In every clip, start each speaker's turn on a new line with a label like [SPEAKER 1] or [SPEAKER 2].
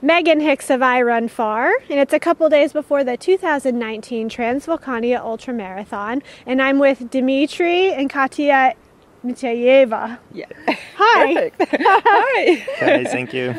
[SPEAKER 1] Megan Hicks of I Run Far, and it's a couple days before the 2019 Transvolcania Ultra Marathon, and I'm with Dimitri and Katia Mateyeva.
[SPEAKER 2] Yeah.
[SPEAKER 1] Hi.
[SPEAKER 2] Perfect. Hi.
[SPEAKER 3] Hey, thank you.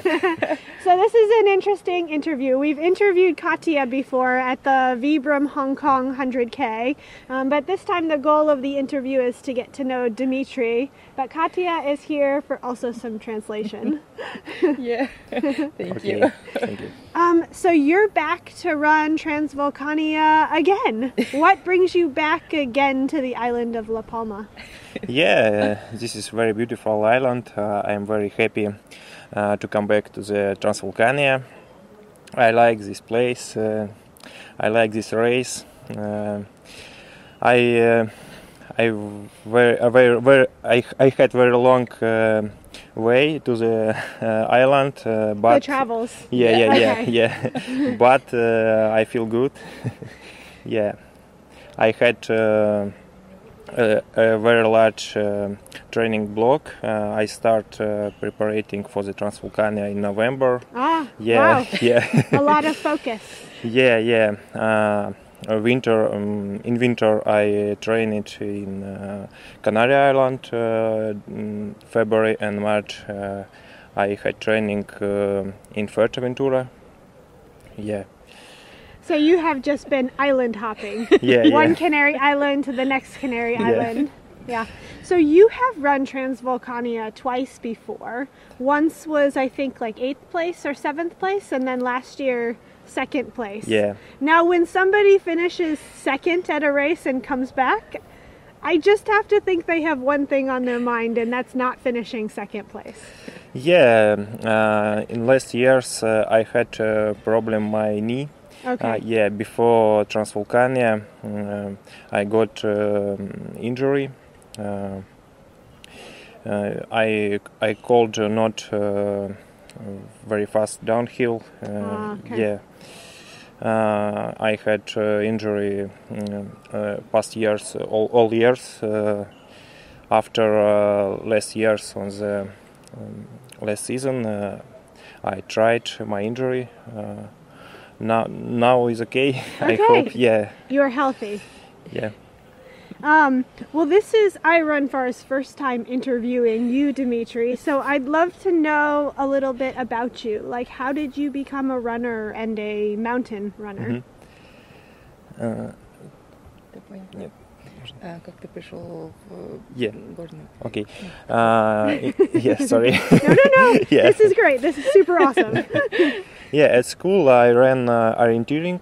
[SPEAKER 1] So this is an interesting interview. We've interviewed Katia before at the Vibram Hong Kong 100K, um, but this time the goal of the interview is to get to know Dimitri. But Katia is here for also some translation.
[SPEAKER 2] Yeah. Thank
[SPEAKER 3] Okay,
[SPEAKER 2] you.
[SPEAKER 3] thank you.
[SPEAKER 1] um, so you're back to run Transvolcania again. What brings you back again to the island of La Palma?
[SPEAKER 3] Yeah, uh, this is very beautiful island. Uh, I am very happy uh, to come back to the Transvulcania. I like this place. Uh, I like this race. Uh, I uh, I very, very, very I, I had very long uh, way to the uh, island, uh, but
[SPEAKER 1] the travels.
[SPEAKER 3] Yeah, yeah, yeah,
[SPEAKER 1] Okay.
[SPEAKER 3] yeah. but uh, I feel good. yeah, I had uh, a, a very large um training block. Uh, I start uh, preparing for the Transvulcania in November.
[SPEAKER 1] Ah,
[SPEAKER 3] Yeah, yeah,
[SPEAKER 1] wow. A lot of focus.
[SPEAKER 3] yeah, yeah. Uh, uh, winter um, in winter I train it in uh, Canary Island. Uh, in February and March uh, I had training um in Fuerteventura. Yeah.
[SPEAKER 1] So you have just been island hopping.
[SPEAKER 3] yeah,
[SPEAKER 1] One
[SPEAKER 3] yeah.
[SPEAKER 1] Canary Island to the next Canary
[SPEAKER 3] Yeah.
[SPEAKER 1] Island. Yeah. So you have run Transvolcania twice before. Once was I think like eighth place or seventh place, and then last year second place.
[SPEAKER 3] Yeah,
[SPEAKER 1] Now when somebody finishes second at a race and comes back, I just have to think they have one thing on their mind, and that's not finishing second place.
[SPEAKER 3] yeah. Uh, in last years, uh, I had a problem my knee.
[SPEAKER 1] Okay.
[SPEAKER 3] Uh, yeah, before Transvulcania, um, I got um injury. Uh, uh, I I called uh, not uh, very fast downhill. Uh,
[SPEAKER 1] Ah, okay.
[SPEAKER 3] Yeah. Uh, I had uh, injury mm, uh, past years, all, all years. Uh, after uh, last years on the um, last season, uh, I tried my injury. Uh, now now is okay. I hope.
[SPEAKER 1] Okay.
[SPEAKER 3] Yeah,
[SPEAKER 1] You're healthy.
[SPEAKER 3] yeah.
[SPEAKER 1] Um, well, this is I Run Far's first time interviewing you, Dimitri. So I'd love to know a little bit about you. Like, how did you become a runner and a mountain runner?
[SPEAKER 3] mm-hmm. Uh,
[SPEAKER 2] Ты понял? А, Uh, как ты пришел в э,
[SPEAKER 3] yeah.
[SPEAKER 2] горную?
[SPEAKER 3] Okay. Uh, yeah. Sorry.
[SPEAKER 1] No, no, no.
[SPEAKER 3] Mm-hmm. yeah.
[SPEAKER 1] This is great. This is super awesome.
[SPEAKER 3] Yeah. At school, I ran uh, orienteering.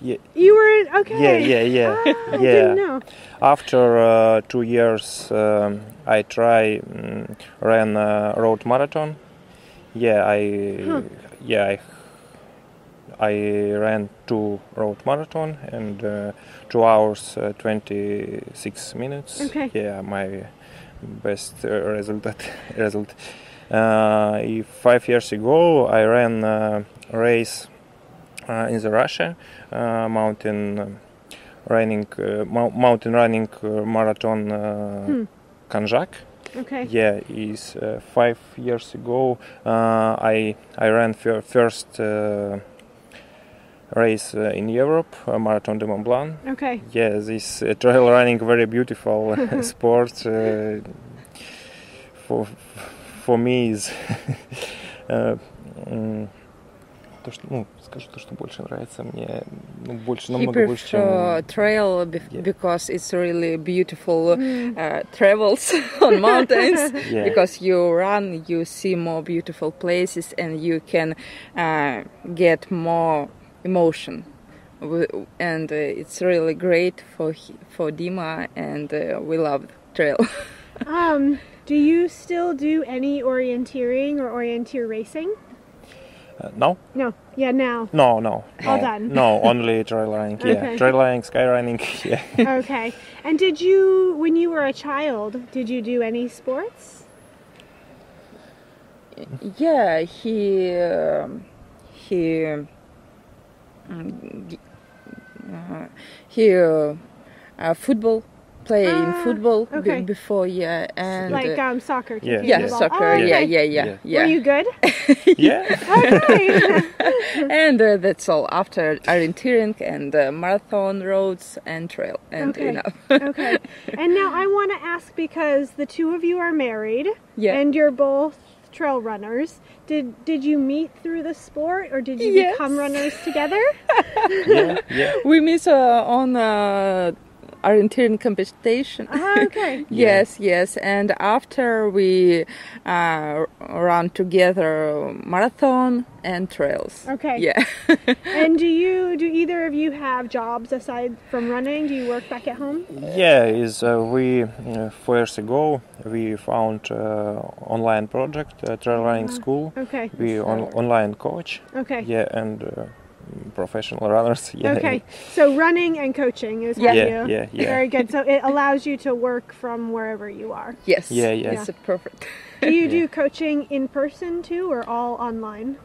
[SPEAKER 3] Yeah.
[SPEAKER 1] You were okay.
[SPEAKER 3] Yeah. Yeah. Yeah.
[SPEAKER 1] Ah, I
[SPEAKER 3] yeah.
[SPEAKER 1] didn't know.
[SPEAKER 3] After uh, two years, um, I try mm, ran a road marathon. Yeah, I
[SPEAKER 1] Huh.
[SPEAKER 3] yeah I, I ran two road marathon and uh, two hours uh, twenty six minutes.
[SPEAKER 1] Okay.
[SPEAKER 3] Yeah, my best uh, result. result. Uh, i- five years ago, I ran a race uh, in the Russia uh, mountain um, running uh, mou- mountain running uh, marathon uh,
[SPEAKER 1] Hmm.
[SPEAKER 3] Kanjak.
[SPEAKER 1] Okay.
[SPEAKER 3] Yeah, is uh, five years ago. Uh, I I ran fir- first uh, race uh, in Europe, uh, Marathon de Mont Blanc.
[SPEAKER 1] Okay.
[SPEAKER 3] Yeah, this uh, trail running very beautiful sport. Uh, for for me is. э, м, то, что, ну, скажу то, что больше нравится мне, ну, больше,
[SPEAKER 2] He
[SPEAKER 3] намного больше, чем...
[SPEAKER 2] prefer trail bef-
[SPEAKER 3] Yeah.
[SPEAKER 2] because it's really beautiful
[SPEAKER 1] Mm.
[SPEAKER 2] uh, travels on mountains.
[SPEAKER 3] Yeah.
[SPEAKER 2] Because you run, you see more beautiful places, and you can uh, get more emotion. W- And uh, it's really great for he- for Dima, and uh, we love trail.
[SPEAKER 1] Um, do you still do any orienteering or orienteer racing?
[SPEAKER 3] Uh, no,
[SPEAKER 1] No. Yeah. Now.
[SPEAKER 3] no, no.
[SPEAKER 1] All
[SPEAKER 3] no.
[SPEAKER 1] done.
[SPEAKER 3] No, only trail running. Yeah,
[SPEAKER 1] Okay.
[SPEAKER 3] trail running, sky running. Yeah.
[SPEAKER 1] okay. And did you, when you were a child, did you do any sports?
[SPEAKER 2] yeah, he um, he mm, um, g- uh, he uh, uh, football play in
[SPEAKER 1] Ah,
[SPEAKER 2] football be-
[SPEAKER 1] okay.
[SPEAKER 2] before, yeah, and
[SPEAKER 1] Like
[SPEAKER 2] uh,
[SPEAKER 1] um, soccer.
[SPEAKER 3] Yeah.
[SPEAKER 1] kicking
[SPEAKER 2] yeah,
[SPEAKER 1] the ball.
[SPEAKER 2] soccer,
[SPEAKER 1] Oh,
[SPEAKER 2] yeah,
[SPEAKER 1] okay.
[SPEAKER 2] yeah, yeah,
[SPEAKER 3] Yeah.
[SPEAKER 2] yeah.
[SPEAKER 1] Were you good?
[SPEAKER 3] yeah.
[SPEAKER 1] Okay.
[SPEAKER 2] and uh, that's all. After orienteering and uh, marathon roads and trail, and
[SPEAKER 1] Okay.
[SPEAKER 2] enough.
[SPEAKER 1] okay. And now I want to ask because the two of you are married
[SPEAKER 2] Yeah.
[SPEAKER 1] and you're both trail runners. Did did you meet through the sport or did you
[SPEAKER 2] Yes.
[SPEAKER 1] become runners together?
[SPEAKER 3] yeah, yeah.
[SPEAKER 2] we meet uh, on uh, orienteering competition.
[SPEAKER 1] Ah, okay.
[SPEAKER 2] Yes, yes, and after we uh, run together marathon and trails.
[SPEAKER 1] Okay.
[SPEAKER 2] Yeah.
[SPEAKER 1] And do you do either of you have jobs aside from running? Do you work back at home?
[SPEAKER 3] Yeah, is uh, we uh, four years ago we found uh, online project uh, trail running school.
[SPEAKER 1] Okay.
[SPEAKER 3] We on, online coach.
[SPEAKER 1] Uh-huh. Okay.
[SPEAKER 3] Yeah, and uh, professional runners. Yeah.
[SPEAKER 1] Okay. So running and coaching is
[SPEAKER 2] Yeah.
[SPEAKER 1] what
[SPEAKER 3] Yeah,
[SPEAKER 1] you.
[SPEAKER 3] yeah, yeah.
[SPEAKER 1] Very good. So it allows you to work from wherever you are.
[SPEAKER 2] yes.
[SPEAKER 3] Yeah, yeah.
[SPEAKER 2] It's perfect.
[SPEAKER 1] Do you do coaching in person too or all online?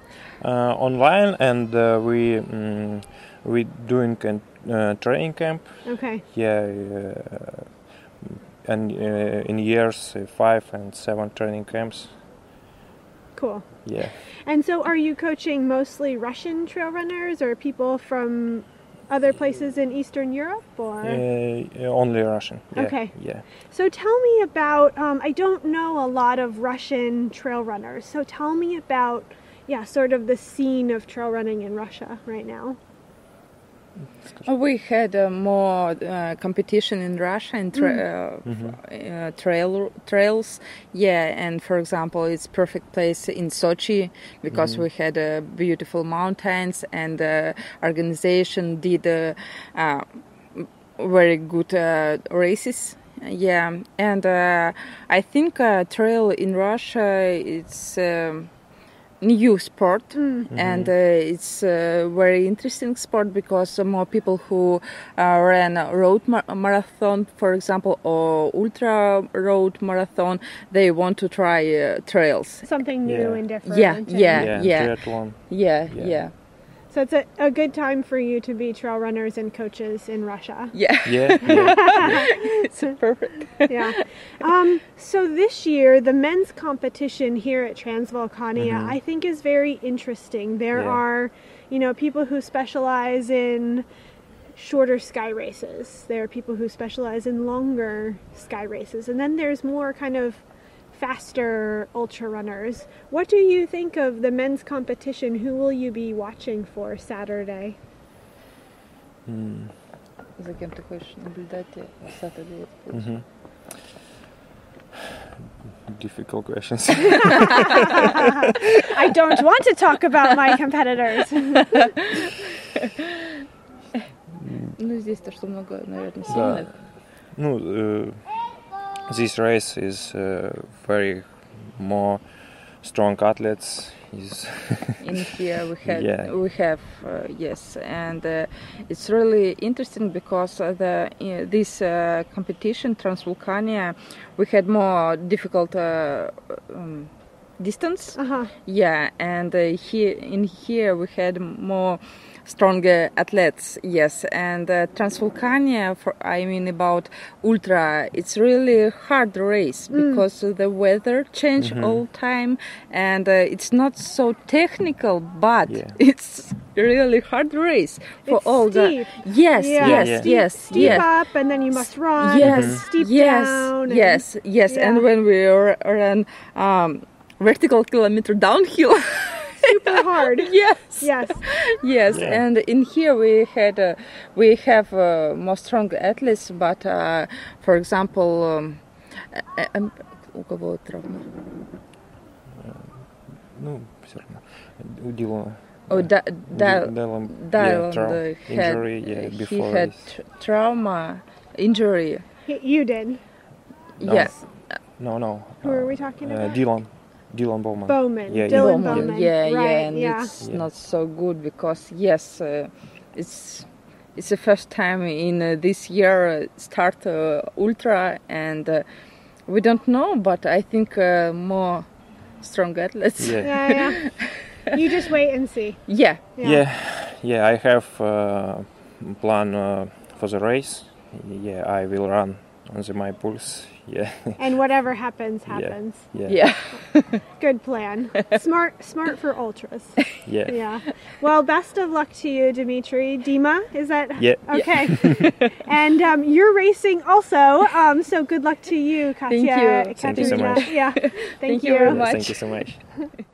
[SPEAKER 3] Uh, online, and uh, we mm, we doing an, uh, training camp.
[SPEAKER 1] Okay.
[SPEAKER 3] Yeah. Uh, and uh, in years uh, five and seven training camps.
[SPEAKER 1] Cool.
[SPEAKER 3] Yeah.
[SPEAKER 1] And so, are you coaching mostly Russian trail runners or people from other places in Eastern Europe? Or
[SPEAKER 3] Uh, only Russian. Yeah,
[SPEAKER 1] Okay.
[SPEAKER 3] Yeah.
[SPEAKER 1] so, tell me about. Um, I don't know a lot of Russian trail runners, so tell me about. Yeah, sort of the scene of trail running in Russia right now.
[SPEAKER 2] We had uh, more uh, competition in Russia and tra- uh, uh, trail trails. Yeah, and for example, it's perfect place in Sochi because we had uh, beautiful mountains and uh, organization did uh, uh, very good uh, races. Yeah, and uh, I think uh, trail in Russia it's. Um, new sport and
[SPEAKER 3] Mm-hmm.
[SPEAKER 2] uh, it's a very interesting sport because uh, more people who uh, ran a road mar- marathon for example or ultra road marathon they want to try uh, trails
[SPEAKER 1] Something new
[SPEAKER 3] Yeah.
[SPEAKER 1] and different.
[SPEAKER 2] Yeah,
[SPEAKER 1] and-
[SPEAKER 2] yeah. yeah.
[SPEAKER 3] Triathlon.
[SPEAKER 2] yeah
[SPEAKER 3] Yeah.
[SPEAKER 2] yeah
[SPEAKER 1] So it's a, a good time for you to be trail runners and coaches in Russia.
[SPEAKER 2] yeah
[SPEAKER 3] Yeah. yeah.
[SPEAKER 2] it's perfect
[SPEAKER 1] yeah. Um, so this year, the men's competition here at Transvolcania, I think, is very interesting. There
[SPEAKER 3] Yeah.
[SPEAKER 1] are, you know, people who specialize in shorter sky races. There are people who specialize in longer sky races, and then there's more kind of faster ultra runners. What do you think of the men's competition? Who will you be watching for Saturday?
[SPEAKER 3] Mm-hmm.
[SPEAKER 2] за кем ты хочешь наблюдать э, Saturday?
[SPEAKER 3] Mm-hmm. Difficult questions.
[SPEAKER 1] I don't want to talk about my competitors.
[SPEAKER 2] ну здесь то что много наверное
[SPEAKER 3] Да.
[SPEAKER 2] сильных
[SPEAKER 3] No, uh, this race is uh, very more strong athletes. Is
[SPEAKER 2] in here we had
[SPEAKER 3] Yeah.
[SPEAKER 2] we have uh, yes and uh, it's really interesting because uh, the uh, this uh, competition Transvulcania we had more difficult uh, um, distance
[SPEAKER 1] Uh-huh.
[SPEAKER 2] yeah and uh, here in here we had more stronger athletes yes and uh, Transvulcania for I mean about ultra it's really hard race
[SPEAKER 1] Mm.
[SPEAKER 2] because of the weather change
[SPEAKER 1] Mm-hmm.
[SPEAKER 2] all time and uh, it's not so technical but
[SPEAKER 3] Yeah.
[SPEAKER 2] it's really hard race for
[SPEAKER 1] It's
[SPEAKER 2] all
[SPEAKER 1] steep.
[SPEAKER 2] the yes
[SPEAKER 1] Yeah.
[SPEAKER 2] yes
[SPEAKER 3] Yeah.
[SPEAKER 1] steep,
[SPEAKER 2] yes
[SPEAKER 1] steep
[SPEAKER 2] yes
[SPEAKER 1] up and then you must run.
[SPEAKER 2] Yes,
[SPEAKER 1] and steep
[SPEAKER 2] yes,
[SPEAKER 1] down. and-
[SPEAKER 2] yes, yes.
[SPEAKER 1] Yeah.
[SPEAKER 2] And when we r- ran um, vertical kilometer downhill,
[SPEAKER 1] super hard.
[SPEAKER 2] yes,
[SPEAKER 1] Yes.
[SPEAKER 2] yes.
[SPEAKER 3] Yeah.
[SPEAKER 2] And in here we had uh, we have uh, more strong athletes, but uh, for example, um, э- э- у кого травма?
[SPEAKER 3] ну все равно у Дилана.
[SPEAKER 2] Oh, да,
[SPEAKER 3] У
[SPEAKER 2] да,
[SPEAKER 3] Ди- Дилан-
[SPEAKER 2] Dylan
[SPEAKER 3] yeah, trauma,
[SPEAKER 2] uh, had,
[SPEAKER 3] injury. Yeah,
[SPEAKER 2] he
[SPEAKER 3] before
[SPEAKER 2] had
[SPEAKER 3] race.
[SPEAKER 2] tr- trauma injury.
[SPEAKER 1] Y- You did.
[SPEAKER 3] No.
[SPEAKER 2] Yeah.
[SPEAKER 3] No, no.
[SPEAKER 1] Who are we talking
[SPEAKER 3] uh,
[SPEAKER 1] about?
[SPEAKER 3] Dylan. Dylan Bowman.
[SPEAKER 1] Bowman.
[SPEAKER 3] Yeah,
[SPEAKER 1] Dylan
[SPEAKER 2] Bowman.
[SPEAKER 1] Bowman.
[SPEAKER 2] Yeah,
[SPEAKER 1] Right,
[SPEAKER 2] yeah, and
[SPEAKER 1] yeah.
[SPEAKER 2] it's
[SPEAKER 3] Yeah.
[SPEAKER 2] not so good because yes, uh, it's it's the first time in uh, this year uh, start uh, ultra, and uh, we don't know, but I think uh, more strong athletes.
[SPEAKER 3] Yeah.
[SPEAKER 1] Yeah, yeah. you just wait and see.
[SPEAKER 2] yeah,
[SPEAKER 1] Yeah.
[SPEAKER 3] yeah, yeah, I have uh, plan uh, for the race. Yeah, I will run on the my pulse. Yeah,
[SPEAKER 1] And whatever happens, happens.
[SPEAKER 3] yeah,
[SPEAKER 2] Yeah.
[SPEAKER 1] Good plan. smart, smart for ultras.
[SPEAKER 3] yeah.
[SPEAKER 1] Yeah. Well, best of luck to you, Dimitri. Dima, is that?
[SPEAKER 3] Yeah.
[SPEAKER 1] Okay. and um, you're racing also, um, so good luck to you, Katya.
[SPEAKER 2] Thank you.
[SPEAKER 3] Thank you so
[SPEAKER 1] Katerina.
[SPEAKER 3] much.
[SPEAKER 1] Yeah. Thank,
[SPEAKER 2] Thank you very much.
[SPEAKER 3] Thank you so much.